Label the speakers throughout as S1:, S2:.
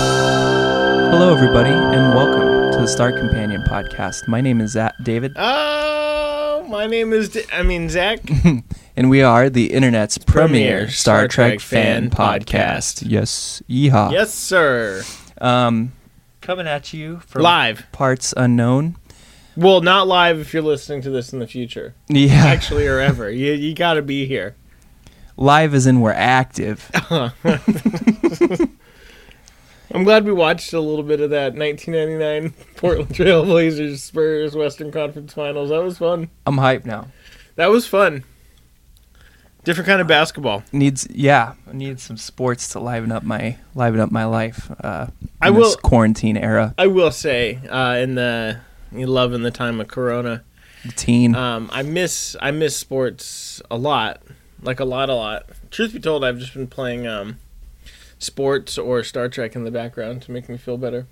S1: Hello, everybody, and welcome to the Star Companion podcast. My name is Zach David,
S2: Oh, my name is. D- I mean, Zach.
S1: and we are the internet's premier,
S2: Premier
S1: Star,
S2: Star
S1: Trek,
S2: Trek
S1: fan
S2: fan
S1: podcast. Yes, yeehaw.
S2: yes, sir.
S1: Um, coming at you from
S2: Live.
S1: parts unknown.
S2: Well, not live if you're listening to this in the future,
S1: Yeah,
S2: actually, or ever. You you got to be here.
S1: live as in we're active.
S2: Oh. I'm glad we watched a little bit of that 1999 Portland Trail Blazers Spurs Western Conference Finals. That was fun.
S1: I'm hyped now.
S2: That was fun. Different kind of basketball.
S1: Needs yeah, I need some sports to liven up my liven up my life. Uh, in
S2: I
S1: this
S2: will-
S1: quarantine era,
S2: I will say, uh, in the you love in the time of Corona,
S1: the teen.
S2: um, I miss I miss sports a lot, like a lot, a lot. Truth be told, I've just been playing um, sports or Star Trek in the background to make me feel better.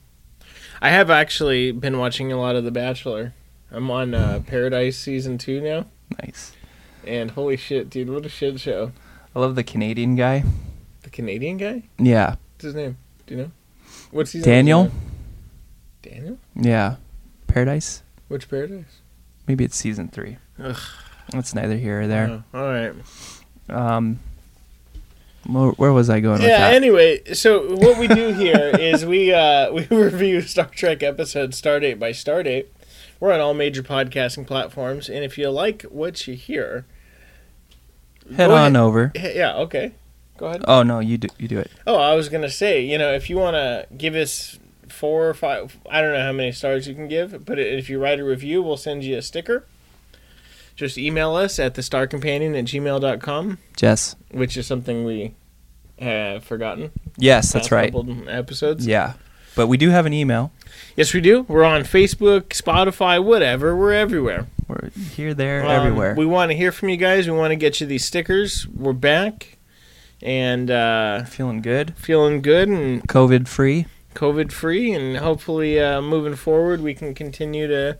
S2: I have actually been watching a lot of The Bachelor. I'm on uh, Paradise season two now,
S1: nice.
S2: and holy shit, dude, what a shit show!
S1: I love the Canadian guy.
S2: The Canadian guy,
S1: Yeah,
S2: what's his name? Do you know? What's his
S1: Daniel.
S2: Daniel?
S1: Yeah, Paradise.
S2: Which Paradise?
S1: Maybe it's season three.
S2: Ugh.
S1: That's neither here or there.
S2: Oh, all right.
S1: Um, where, where was I going
S2: yeah
S1: with that?
S2: anyway so what we do here is we uh we review star trek episode stardate by stardate we're on all major podcasting platforms and if you like what you hear
S1: Head
S2: go
S1: on
S2: ahead.
S1: over.
S2: eh, yeah okay go ahead
S1: Oh no, you do you do it.
S2: oh i was gonna say you know if you want to give us four or five i don't know how many stars you can give but if you write a review we'll send you a sticker just email us at the star companion at gmail.com
S1: Jess.
S2: which is something we have forgotten
S1: Yes, that's
S2: past
S1: right.
S2: couple episodes
S1: Yeah, but we do have an email.
S2: Yes, we do. We're on Facebook, Spotify, whatever. We're everywhere.
S1: We're here, there,
S2: Um,
S1: everywhere.
S2: We want to hear from you guys. We want to get you these stickers. We're back and uh,
S1: Feeling good.
S2: feeling good and
S1: COVID free.
S2: COVID free. And hopefully, uh, moving forward, we can continue to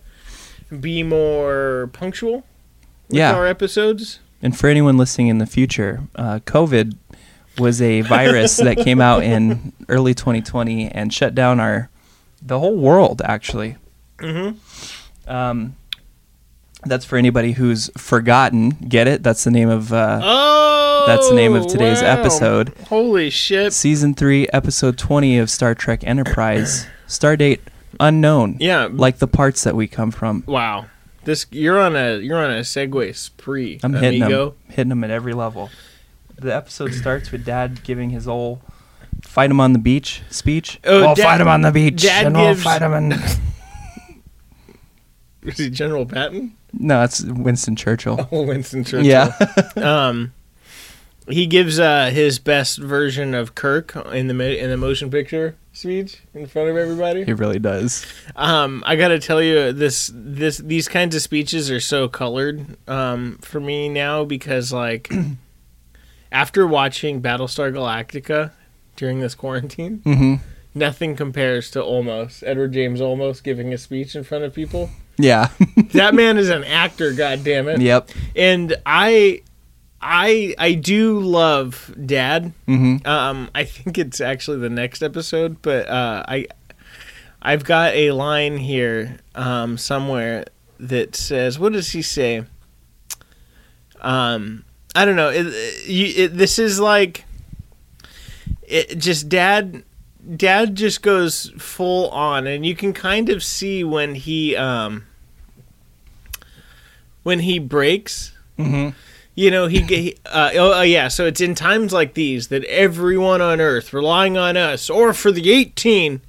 S2: be more punctual with
S1: Yeah.
S2: our episodes.
S1: And for anyone listening in the future, uh, COVID was a virus that came out in early 2020 and shut down our the whole world actually. Mm-hmm. Um, that's for anybody who's forgotten. Get it? That's the name of uh,
S2: Oh!
S1: That's the name of today's
S2: wow.
S1: episode.
S2: Holy shit.
S1: season three, episode 20 of Star Trek Enterprise. Stardate unknown.
S2: Yeah.
S1: like the parts that we come from.
S2: Wow. This you're on a you're on a segue spree.
S1: I'm hitting
S2: amigo.
S1: them, hitting them at every level. The episode starts with Dad giving his old "fight him on the beach" speech.
S2: Oh,
S1: we'll
S2: Dad-
S1: fight him on the beach,
S2: Dad
S1: and
S2: gives-
S1: we'll fight him. And
S2: Is he General Patton?
S1: no, it's Winston Churchill.
S2: Oh, Winston Churchill.
S1: Yeah,
S2: um, he gives uh, his best version of Kirk in the mo- in the motion picture speech in front of
S1: he
S2: everybody.
S1: really does.
S2: Um, I gotta tell you, this this these kinds of speeches are so colored um, for me now because like after watching Battlestar Galactica during this quarantine,
S1: Mhm.
S2: nothing compares to Olmos. Edward James Olmos giving a speech in front of people.
S1: Yeah.
S2: that man is an actor, god damn it.
S1: yep.
S2: And I I I do love Dad. Mm-hmm. Um I think it's actually the next episode, but uh I I've got a line here um somewhere that says what does he say? Um I don't know. It, it, you, it, this is like it just dad dad just goes full on and you can kind of see when he um when he breaks
S1: Mm-hmm.
S2: you know he ge- uh, oh, oh yeah so it's in times like these that everyone on earth relying on us or for the 18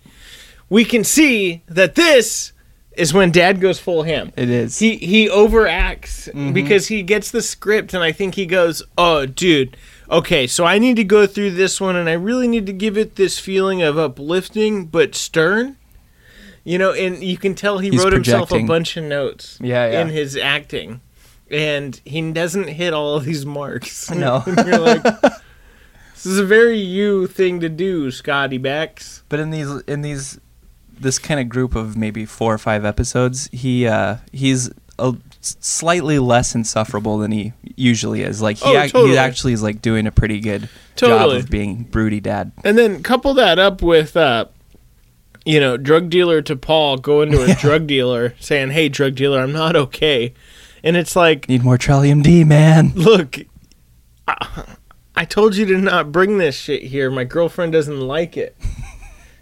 S2: we can see that this is when dad goes full ham
S1: It is. Mm-hmm.
S2: he he overacts because he gets the script and I think he goes, "Oh, dude, okay, so I need to go through this one and I really need to give it this feeling of uplifting but stern." You know, and you can tell he
S1: He's
S2: wrote himself a
S1: projecting.
S2: bunch of notes
S1: Yeah, yeah.
S2: in his acting. And he doesn't hit all of these marks.
S1: No.
S2: And you're like This is a very you thing to do, Scotty Backs.
S1: But in these in these this kind of group of maybe four or five episodes, he uh, he's a, slightly less insufferable than he usually is. Like he,
S2: Oh,
S1: ac-
S2: totally.
S1: he actually is like doing a pretty good
S2: Totally.
S1: job of being broody dad.
S2: And then couple that up with, uh, you know, drug dealer to Paul going to a drug dealer saying, "Hey, drug dealer, I'm not okay," and it's like,
S1: Need more Trillium D, man.
S2: look, I, I told you to not bring this shit here. My girlfriend doesn't like it.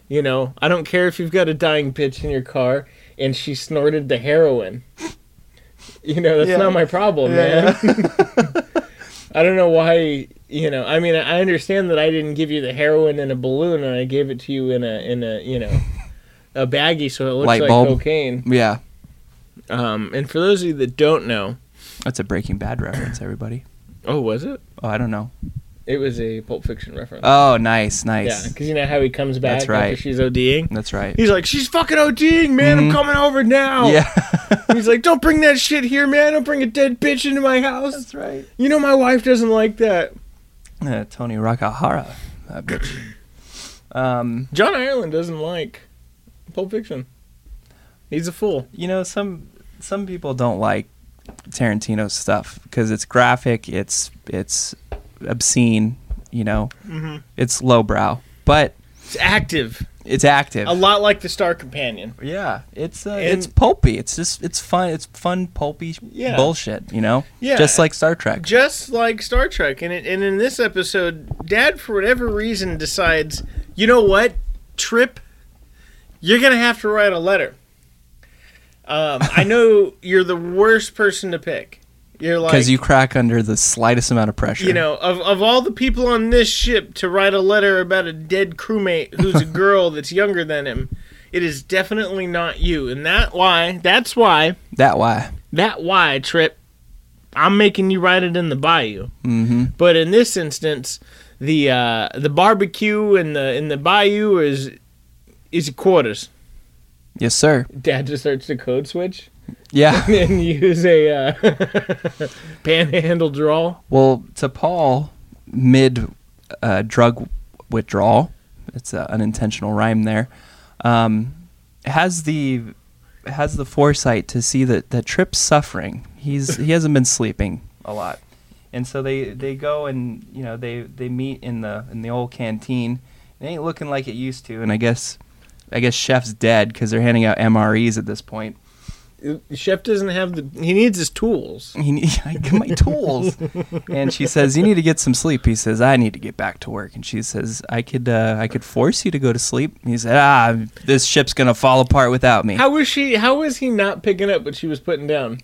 S2: You know, I don't care if you've got a dying bitch in your car and she snorted the heroin. You know, that's not my problem, man. I don't know why. You know, I mean, I understand that I didn't give you the heroin in a balloon, and I gave it to you in a in a you know a baggie, so it looks
S1: Light
S2: like
S1: bulb.
S2: cocaine.
S1: Yeah,
S2: Um, and for those of you that don't know,
S1: that's a Breaking Bad reference, everybody.
S2: oh, was it?
S1: Oh, I don't know.
S2: It was a Pulp Fiction reference.
S1: Oh, nice,
S2: Yeah,
S1: nice.
S2: because you know how he comes back
S1: That's right.
S2: after she's ODing.
S1: That's right.
S2: He's like, she's fucking ODing, man. I'm coming over now.
S1: Yeah,
S2: He's like, don't bring that shit here, man. Don't bring a dead bitch into my house. That's
S1: right.
S2: You know my wife doesn't like that.
S1: Uh, Tony Rakahara. That bitch.
S2: John Ireland doesn't like Pulp Fiction. He's a fool.
S1: you know some some people don't like Tarantino's stuff because it's graphic, it's it's obscene, you know,
S2: Mm-hmm.
S1: it's lowbrow, but
S2: He's active,
S1: it's active.
S2: a lot like the Star Companion.
S1: yeah, it's uh,
S2: And-
S1: it's pulpy. It's just it's fun. It's fun pulpy
S2: Yeah.
S1: bullshit. You know,
S2: Yeah.
S1: just like Star Trek.
S2: Just like Star Trek, and it, and in this episode, Dad, for whatever reason, decides, you know what, Trip, you're gonna have to write a letter. Um, I know you're the worst person to pick. You're like,
S1: because you crack under the slightest amount of pressure.
S2: you know, of of all the people on this ship to write a letter about a dead crewmate who's a girl that's younger than him, it is definitely not you, and that why that's why
S1: that why
S2: that why trip i'm making you ride it in the bayou mm-hmm. but in this instance the uh the barbecue in the in the bayou is is quarters
S1: yes sir.
S2: dad just starts to code switch
S1: Yeah.
S2: and use a uh panhandle draw
S1: Well, to Paul, mid uh, drug withdrawal, it's an unintentional rhyme there, um, has the has the foresight to see that that Trip's suffering. He's he hasn't been sleeping a lot, and so they they go and you know they they meet in the in the old canteen. It ain't looking like it used to, and I guess I guess Chef's dead because they're handing out MREs at this point.
S2: chef doesn't have the he needs his tools
S1: he need, I get my tools. and she says, "You need to get some sleep." He says, "I need to get back to work." And she says, "I could, uh, I could force you to go to sleep." And he said, "Ah, this ship's gonna fall apart without me."
S2: how was she how was he not picking up what she was putting down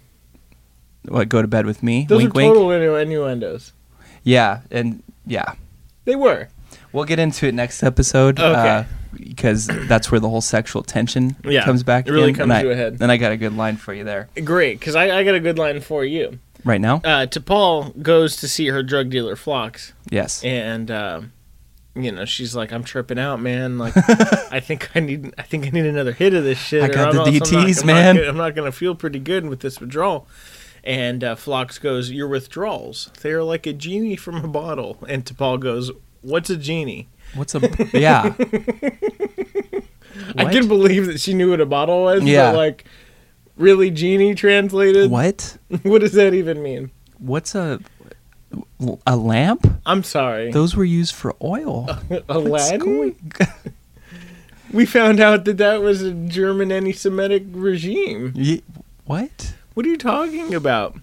S1: What? Go to bed with me?
S2: those
S1: wink,
S2: are
S1: wink.
S2: total innu- innuendos
S1: Yeah, and yeah,
S2: they were
S1: we'll get into it next episode. uh,
S2: Okay.
S1: because that's where the whole sexual tension
S2: Yeah,
S1: comes back.
S2: it really
S1: in,
S2: comes
S1: and I-
S2: to a head.
S1: And I got a good line for you there
S2: great because I, I got a good line for you
S1: right now.
S2: uh, to Paul goes to see her drug dealer Phlox,
S1: Yes.
S2: and uh, you know she's like, "I'm tripping out, man. Like, I think I need, I think I need another hit of this shit.
S1: I
S2: or
S1: got
S2: I'm
S1: the
S2: also not-
S1: DTs,
S2: I'm not
S1: man."
S2: gonna- I'm not gonna feel pretty good with this withdrawal." And uh, Phlox goes, "Your withdrawals, they are like a genie from a bottle." And T'Pol goes, "What's a genie?"
S1: What's a yeah?
S2: I
S1: What?
S2: can believe that she knew what a bottle was,
S1: Yeah.
S2: but like, really, genie translated?
S1: What?
S2: what does that even mean?
S1: What's a a lamp?
S2: I'm sorry.
S1: Those were used for oil. What's
S2: Aladdin?
S1: going-
S2: We found out that that was a German anti-Semitic regime.
S1: Ye- what?
S2: What are you talking about?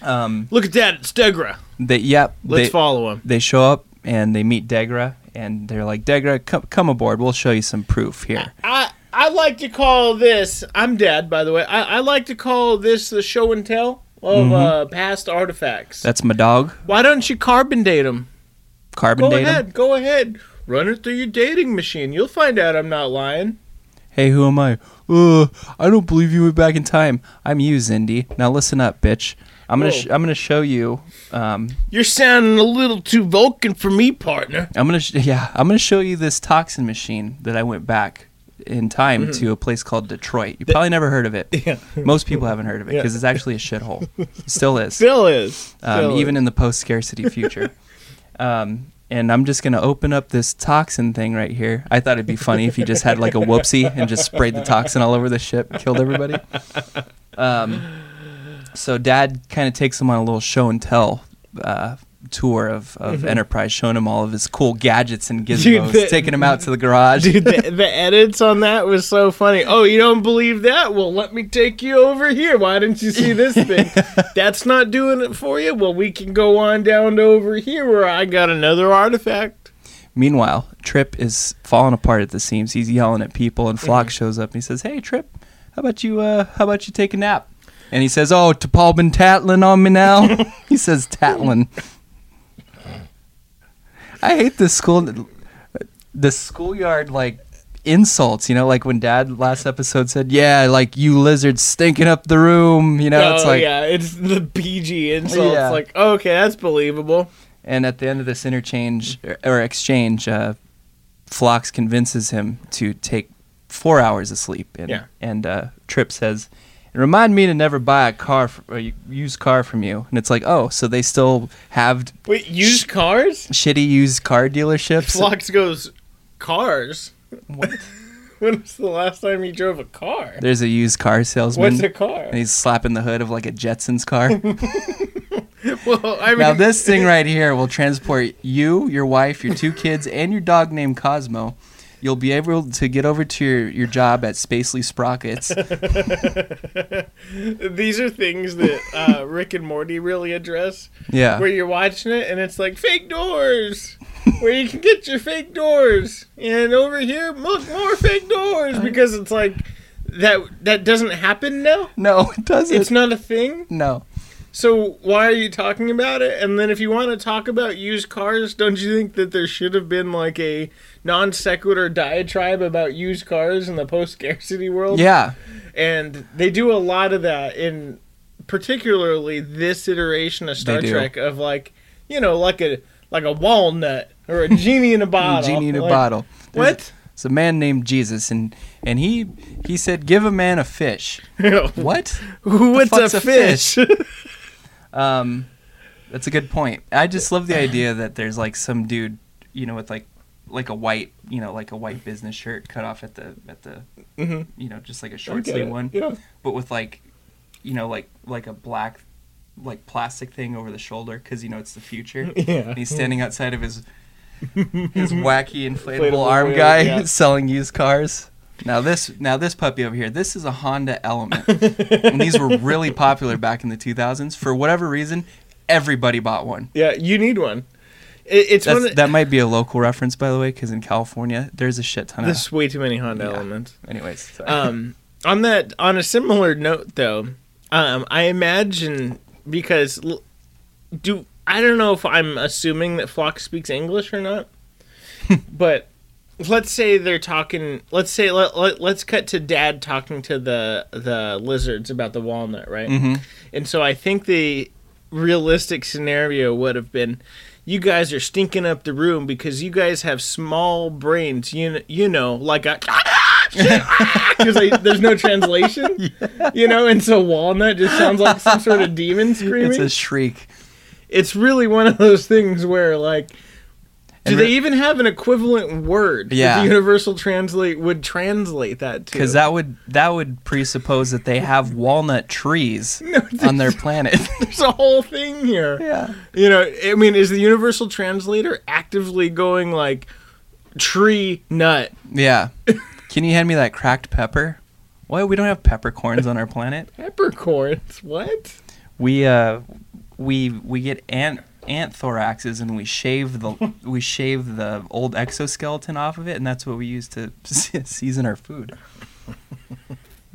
S1: Um,
S2: Look at that, it's Degra.
S1: they yep.
S2: Let's
S1: they,
S2: follow him.
S1: They show up and they meet Degra and they're like, Degra, come come aboard. We'll show you some proof here.
S2: I I like to call this. I'm dead, by the way. I, I like to call this the show and tell of
S1: Mm-hmm.
S2: uh, past artifacts.
S1: That's my dog.
S2: Why don't you carbon date them?
S1: Carbon
S2: Go
S1: datum.
S2: ahead, go ahead. Run it through your dating machine. You'll find out I'm not lying.
S1: Hey, who am I? Uh, I don't believe you went back in time. I'm you, Zindy. Now listen up, bitch. I'm gonna
S2: Whoa.
S1: sh- I'm gonna show you. Um,
S2: You're sounding a little too Vulcan for me, partner.
S1: I'm gonna sh- yeah. I'm gonna show you this toxin machine that I went back in time to a place called Detroit. You probably never heard of it. Mm-hmm. Yeah. Most people haven't heard of it because it's actually a shithole. It Still is.
S2: Still is.
S1: um,
S2: Still
S1: even
S2: is.
S1: in the post scarcity future. um, and I'm just going to open up this toxin thing right here. I thought it'd be funny if you just had like a whoopsie and just sprayed the toxin all over the ship, killed everybody. Um, so dad kind of takes him on a little show and tell. Uh, tour of, of enterprise showing him all of his cool gadgets and gizmos
S2: that-
S1: taking him out to the garage
S2: Dude, the, the edits on that was so funny. Oh, you don't believe that? Well, let me take you over here. Why didn't you see this thing? That's not doing it for you. Well, we can go on down to over here where I got another artifact.
S1: Meanwhile, Trip is falling apart at the seams. He's yelling at people, and Flock shows up and he says, "Hey, Trip, how about you? Uh, how about you take a nap?" And he says, "Oh, to Paul been tattling on me now." he says, "Tattling." I hate this school, the schoolyard like insults. You know, like when Dad last episode said, "Yeah, like you lizards stinking up the room." You know, it's
S2: oh
S1: like,
S2: yeah, it's the PG insult.
S1: Yeah.
S2: It's like okay, that's believable.
S1: and at the end of this interchange or, or exchange, uh, Phlox convinces him to take four hours of sleep. And,
S2: Yeah.
S1: and uh, Trip says, "Remind me to never buy a car f or u- used car from you." And it's like, oh, so they still have
S2: Wait, used cars?
S1: shitty used car dealerships.
S2: Flux goes cars.
S1: What?
S2: When was the last time you drove a car?
S1: There's a used car salesman.
S2: What's a car?
S1: And he's slapping the hood of like a Jetsons car.
S2: Well, I mean,
S1: now this thing right here will transport you, your wife, your two kids, and your dog named Cosmo. You'll be able to get over to your, your job at Spacely Sprockets.
S2: these are things that uh, Rick and Morty really address.
S1: Yeah.
S2: Where you're watching it and it's like fake doors, where you can get your fake doors, and over here, look more fake doors
S1: Uh,
S2: because it's like that that doesn't happen now.
S1: No, it doesn't.
S2: It's not a thing.
S1: no.
S2: So why are you talking about it? And then if you want to talk about used cars, don't you think that there should have been like a non sequitur diatribe about used cars in the post scarcity world?
S1: Yeah.
S2: and they do a lot of that in particularly this iteration of Star
S1: They do.
S2: Trek of like you know like a like a walnut or a genie in a bottle.
S1: Genie in a
S2: Like,
S1: bottle.
S2: What?
S1: It's a man named Jesus, and and he he said, "Give a man a fish." what?
S2: What's
S1: fuck's
S2: a
S1: a
S2: fish?
S1: fish? Um, that's a good point. I just love the idea that there's like some dude, you know, with like like a white, you know, like a white business shirt cut off at the at the, you know, just like a short
S2: Mm-hmm. get
S1: sleeve
S2: it.
S1: one,
S2: Yeah.
S1: but with like, you know, like like a black, like plastic thing over the shoulder because you know it's the future.
S2: Yeah.
S1: And he's standing outside of his his wacky inflatable,
S2: Inflatable
S1: arm
S2: wheel,
S1: guy
S2: yeah.
S1: selling used cars. Now this now this puppy over here, this is a Honda Element. and these were really popular back in the 2000s. For whatever reason, everybody bought one.
S2: yeah, you need one. It, it's one
S1: That's,
S2: of-
S1: that might be a local reference, by the way, because in California, there's a shit ton of.
S2: There's way too many Honda elements.
S1: Anyways, sorry.
S2: um, on that on a similar note though um, i imagine because l- do i don't know if i'm assuming that flock speaks english or not but let's say they're talking let's say let, let, let's cut to dad talking to the the lizards about the walnut right and so i think the realistic scenario would have been you guys are stinking up the room because you guys have small brains you, kn- you know like a because there's no translation, you know, and so walnut just sounds like some sort of demon screaming.
S1: it's
S2: It's,
S1: a shriek.
S2: really one of those things where like Do they even have an equivalent word that
S1: Yeah.
S2: the Universal Translate would translate that to?
S1: Because that would that would presuppose that they have walnut trees on their planet.
S2: there's a whole thing here.
S1: Yeah.
S2: You know, I mean, is the Universal Translator actively going like tree nut?
S1: yeah. Can you hand me that cracked pepper? Why we don't have peppercorns on our planet?
S2: Peppercorns? What?
S1: We uh we we get ant ant thoraxes and we shave the we shave the old exoskeleton off of it and that's what we use to season our food.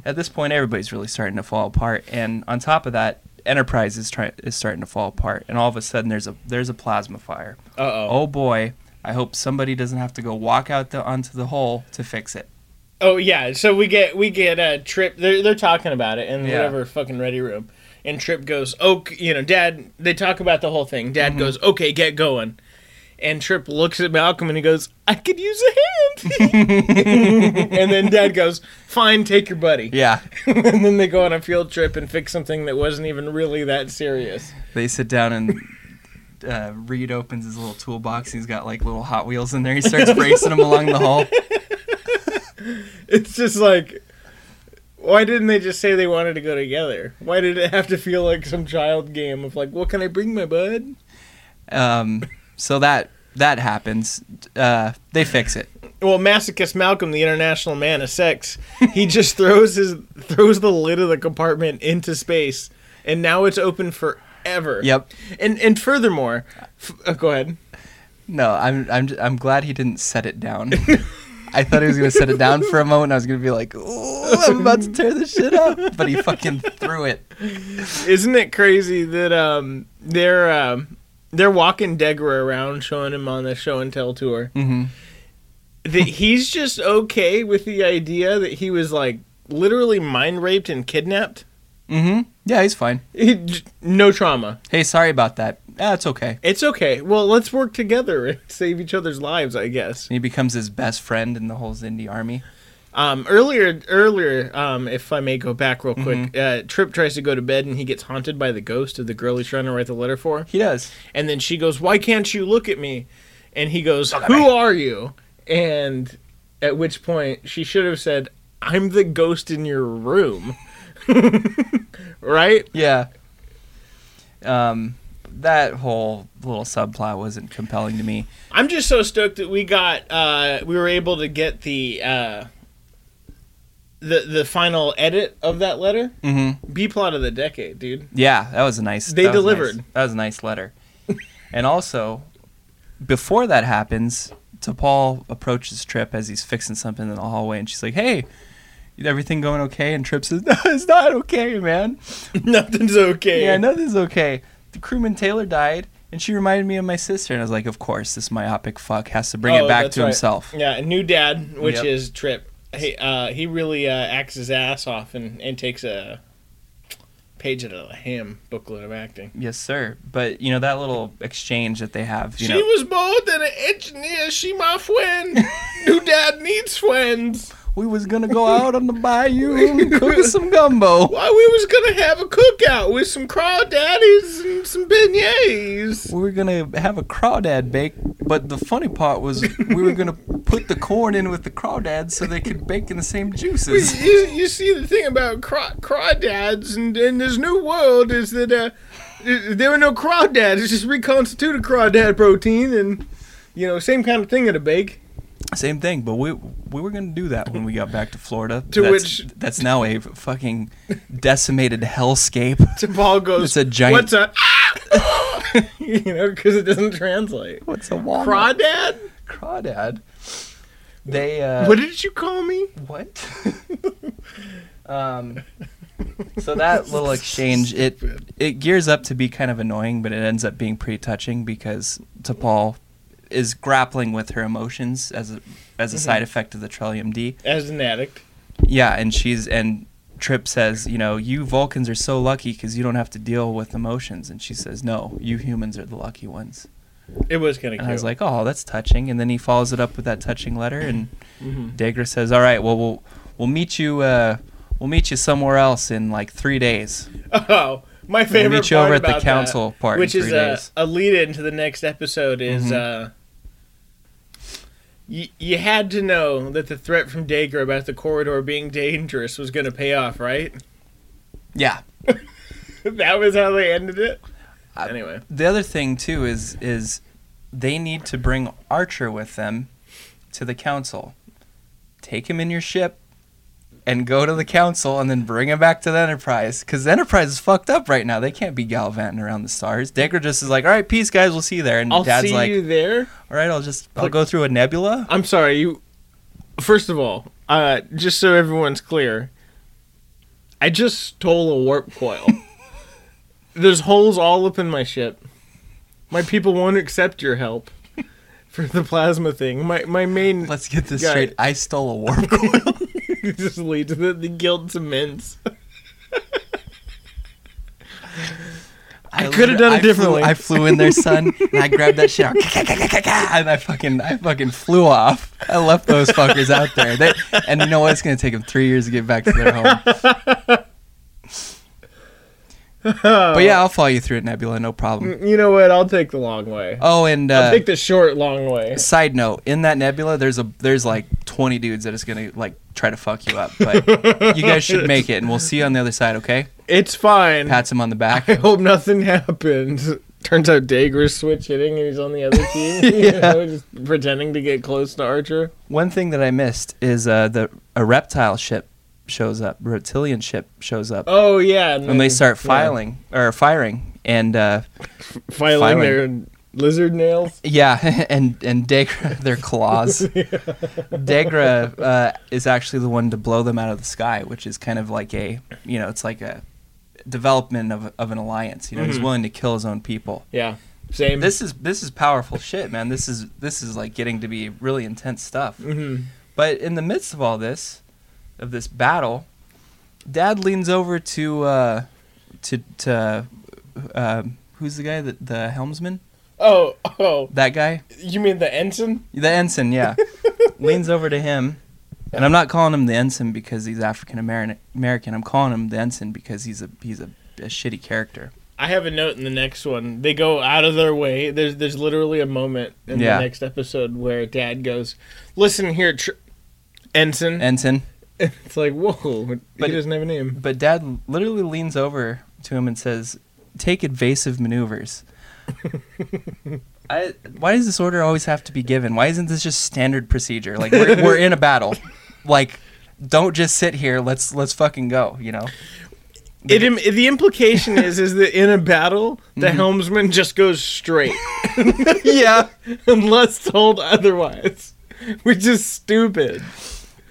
S1: At this point everybody's really starting to fall apart and on top of that Enterprise is trying is starting to fall apart and all of a sudden there's a there's a plasma fire.
S2: Uh-oh.
S1: Oh boy, I hope somebody doesn't have to go walk out the, onto the hole to fix it.
S2: Oh yeah, so we get we get a trip. They're they're talking about it in
S1: Yeah.
S2: whatever fucking ready room, and Trip goes, "Oh, you know, Dad." They talk about the whole thing. Dad goes, "Okay, get going," and Trip looks at Malcolm and he goes, "I could use a hand." and then Dad goes, "Fine, take your buddy."
S1: Yeah.
S2: and then they go on a field trip and fix something that wasn't even really that serious.
S1: They sit down and uh, Reed opens his little toolbox. He's got like little Hot Wheels in there. He starts racing them along the hall.
S2: It's just like, why didn't they just say they wanted to go together? Why did it have to feel like some child game of like, what can I bring my bud?
S1: Um, so that that happens. Uh, they fix it.
S2: well, masochist Malcolm, the international man of sex, he just throws his throws the lid of the compartment into space, and now it's open forever.
S1: Yep.
S2: And and furthermore, f- uh, go ahead.
S1: No, I'm I'm j- I'm glad he didn't set it down. I thought he was gonna set it down for a moment. I was gonna be like, "Ooh, I'm about to tear this shit up," but he fucking threw it.
S2: Isn't it crazy that um they're um they're walking Degra around, showing him on the show and tell tour. Mm-hmm. That he's just okay with the idea that he was like literally mind raped and kidnapped.
S1: Yeah, he's fine.
S2: He, j- no trauma.
S1: Hey, sorry about that. Ah, it's okay.
S2: It's okay. Well, let's work together and save each other's lives, I guess.
S1: He becomes his best friend in the whole Zindi army.
S2: Um, earlier, earlier, um, if I may go back real quick, uh, Trip tries to go to bed and he gets haunted by the ghost of the girl he's trying to write the letter for.
S1: He does.
S2: And then she goes, "Why can't you look at me?" And he goes, "Who are you?" And at which point she should have said, "I'm the ghost in your room," right?
S1: Yeah. Um, that whole little subplot wasn't compelling to me.
S2: I'm just so stoked that we got uh, we were able to get the uh, the the final edit of that letter. Mm-hmm. B plot of the decade, dude.
S1: Yeah, that was a nice.
S2: They
S1: that was nice-
S2: delivered.
S1: that was a nice letter. and also, before that happens, T'Pol approaches Trip as he's fixing something in the hallway, and she's like, "Hey." Everything going okay? And Trip says, "No, it's not okay, man.
S2: Nothing's okay.
S1: Yeah, nothing's okay. The crewman Taylor died, and she reminded me of my sister. And I was like, of course, this myopic fuck has to bring
S2: Oh,
S1: it back
S2: that's
S1: to
S2: right.
S1: himself.
S2: Yeah, new dad, which
S1: Yep.
S2: is Trip. He uh, he really uh, acts his ass off and, and takes a page out of him booklet of acting.
S1: Yes, sir. But you know that little exchange that they have. You
S2: she
S1: know,
S2: was more than an engineer. She my friend. new dad needs friends.
S1: we was gonna go out on the bayou and cook us some gumbo.
S2: Why we was gonna have a cookout with some crawdaddies and some beignets.
S1: We were gonna have a crawdad bake, but the funny part was we were gonna put the corn in with the crawdads so they could bake in the same juices.
S2: You, you see the thing about craw, crawdads and in this new world is that uh, there were no crawdads. It's just reconstituted crawdad protein and you know same kind of thing at a bake.
S1: Same thing, but we we were gonna do that when we got back to Florida.
S2: To
S1: that's,
S2: which-
S1: that's now a fucking decimated hellscape.
S2: So Paul goes,
S1: It's a giant-
S2: What's a you know because it doesn't translate.
S1: What's a walnut
S2: Crawdad?
S1: crawdad? They uh,
S2: What did you call me?
S1: What? um, so that little exchange, it it gears up to be kind of annoying, but it ends up being pretty touching because T'Pol is grappling with her emotions as a as a side effect of the Trillium D.
S2: As an addict.
S1: Yeah, and she's and Trip says, you know, you Vulcans are so lucky because you don't have to deal with emotions, and she says, no, you humans are the lucky ones.
S2: It was kind
S1: And
S2: of cute.
S1: I was like, oh, that's touching. And then he follows it up with that touching letter, and
S2: Mm-hmm.
S1: Degra says, all right, well, we'll we'll meet you. Uh, we'll meet you somewhere else in like three days.
S2: Oh, my favorite
S1: meet you
S2: part
S1: over at the
S2: about
S1: council
S2: that,
S1: part in
S2: which is
S1: three
S2: a,
S1: days. Mm-hmm.
S2: a lead into the next episode, is uh, You, you had to know that the threat from Dacre about the corridor being dangerous was going to pay off, right?
S1: Yeah.
S2: that was how they ended it. Anyway,
S1: The other thing too is is they need to bring Archer with them to the council. Take him in your ship and go to the council and then bring him back to the Enterprise cuz the Enterprise is fucked up right now. They can't be gallivanting around the stars. Dagger just is like, "All right, peace guys, we'll see you there." And
S2: I'll
S1: Dad's
S2: see
S1: like,
S2: you there.
S1: "All right, I'll just I'll go through a nebula."
S2: I'm sorry. You. First of all, uh, just so everyone's clear, I just stole a warp coil. There's holes all up in my ship. My people won't accept your help for the plasma thing. My my main
S1: Let's get this
S2: Guy-
S1: straight. I stole a warp core.
S2: just leads to the, the guilt's immense. I could have done it
S1: flew-
S2: differently.
S1: I flew in there, son, and I grabbed that shit, and I fucking, I fucking flew off. I left those fuckers out there. They, and you know what? It's gonna take them three years to get back to their home. but yeah, I'll follow you through it, Nebula. No problem.
S2: you know what? I'll take the long way.
S1: Oh, and
S2: I'll
S1: uh,
S2: take the short long way.
S1: side note: in that Nebula, there's a there's like 20 dudes that is gonna like try to fuck you up. But you guys should make it, and we'll see you on the other side. Okay?
S2: It's fine.
S1: Pats him on the back.
S2: I hope nothing happens. Turns out Dagger's switch hitting and he's on the other team. you know, just pretending to get close to Archer.
S1: One thing that I missed is uh, the a reptile ship shows up, reptilian ship shows up,
S2: Oh yeah,
S1: and they
S2: then-
S1: start
S2: yeah,
S1: filing or firing, and uh,
S2: filing,
S1: filing.
S2: their lizard nails.
S1: yeah, and and Degra, their claws. Degra uh, is actually the one to blow them out of the sky, which is kind of like a you know, it's like a development of of an alliance. You know,
S2: Mm-hmm.
S1: he's willing to kill his own people.
S2: Yeah, same.
S1: This is this is powerful shit, man. This is this is like getting to be really intense stuff. But in the midst of all this, of this battle, Dad leans over to uh, to to uh, who's the guy that the helmsman?
S2: oh oh,
S1: That guy,
S2: you mean the ensign?
S1: the ensign, yeah. leans over to him, and I'm not calling him the ensign because he's African Ameri- American. I'm calling him the ensign because he's a he's a, a shitty character.
S2: I have a note in the next one. They go out of their way. There's there's literally a moment in
S1: Yeah.
S2: the next episode where Dad goes, "Listen here, tr- ensign."
S1: Ensign.
S2: it's like whoa,
S1: But-
S2: he doesn't have a name.
S1: But dad literally leans over to him and says, "Take evasive maneuvers." I, why does this order always have to be given? Why isn't this just standard procedure? Like we're, we're in a battle, like don't just sit here. Let's let's fucking go. You know?
S2: It, im- the implication is is that in a battle, the
S1: Mm-hmm.
S2: helmsman just goes straight
S1: Yeah.
S2: unless told otherwise, which is stupid.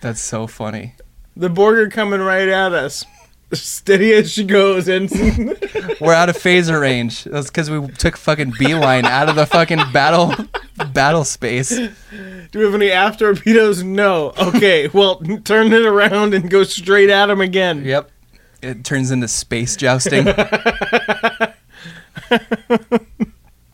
S1: That's so funny.
S2: The Borg are coming right at us. Steady as she goes, ensign.
S1: We're out of phaser range. That's because we took fucking beeline out of the fucking battle battle space.
S2: Do we have any aft torpedoes? No. Okay, well, turn it around and go straight at him again.
S1: Yep. It turns into space jousting.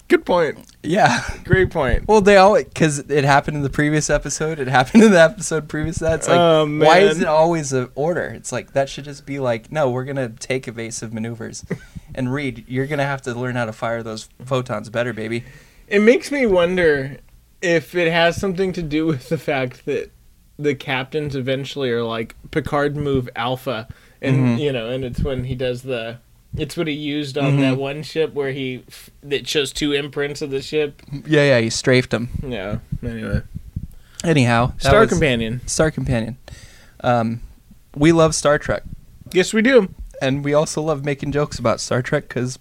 S2: Good point.
S1: yeah.
S2: Great point.
S1: Well, they always because it happened in the previous episode. It happened in the episode previous to that. It's like,
S2: Oh,
S1: why is
S2: man.
S1: it always an order? It's like that should just be like, no, we're gonna take evasive maneuvers. and Reed, you're gonna have to learn how to fire those photons better, baby.
S2: It makes me wonder if it has something to do with the fact that the captains eventually are like Picard move alpha and you know and it's when he does the it's what he used on that one ship where he f- that shows two imprints of the ship.
S1: Yeah, yeah, you strafed him.
S2: Yeah. Anyway,
S1: Anyhow, that
S2: Star
S1: was-
S2: Companion.
S1: Star Companion. Um, we love Star Trek,
S2: Yes, we do.
S1: and we also love making jokes about Star Trek because,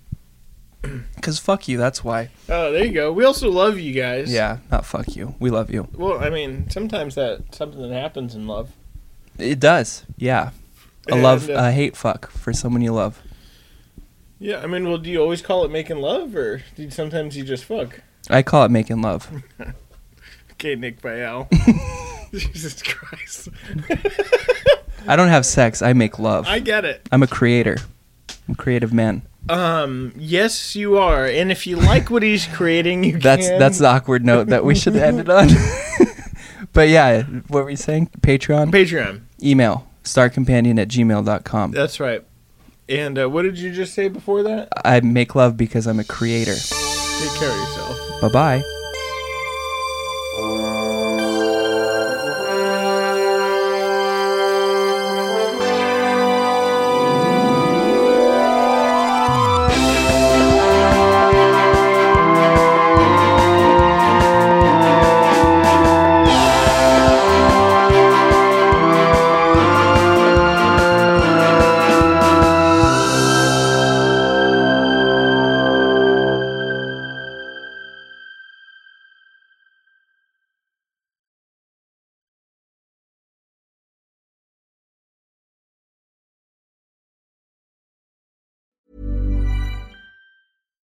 S1: because fuck you. That's why.
S2: Oh, there you go. We also love you guys.
S1: Yeah, not fuck you. We love you.
S2: Well, I mean, sometimes that something that happens in love.
S1: It does. Yeah. A
S2: And,
S1: love,
S2: uh,
S1: a hate fuck for someone you love.
S2: Yeah, I mean, well, do you always call it making love, or do you, sometimes you just fuck?
S1: I call it making love.
S2: Okay, Nick Bial. Jesus Christ.
S1: I don't have sex. I make love.
S2: I
S1: I,
S2: get it.
S1: am a creator. I'm a creative man.
S2: Um, yes, you are. And if you like what he's creating, you
S1: That's
S2: can.
S1: that's uh, the awkward note that we should end it on. but yeah, what were you saying? Patreon,
S2: Patreon.
S1: email starcompanion at gmail.com.
S2: That's right. And uh, what did you just say before that?
S1: I make love because I'm a creator.
S2: Take care of yourself.
S1: Bye bye.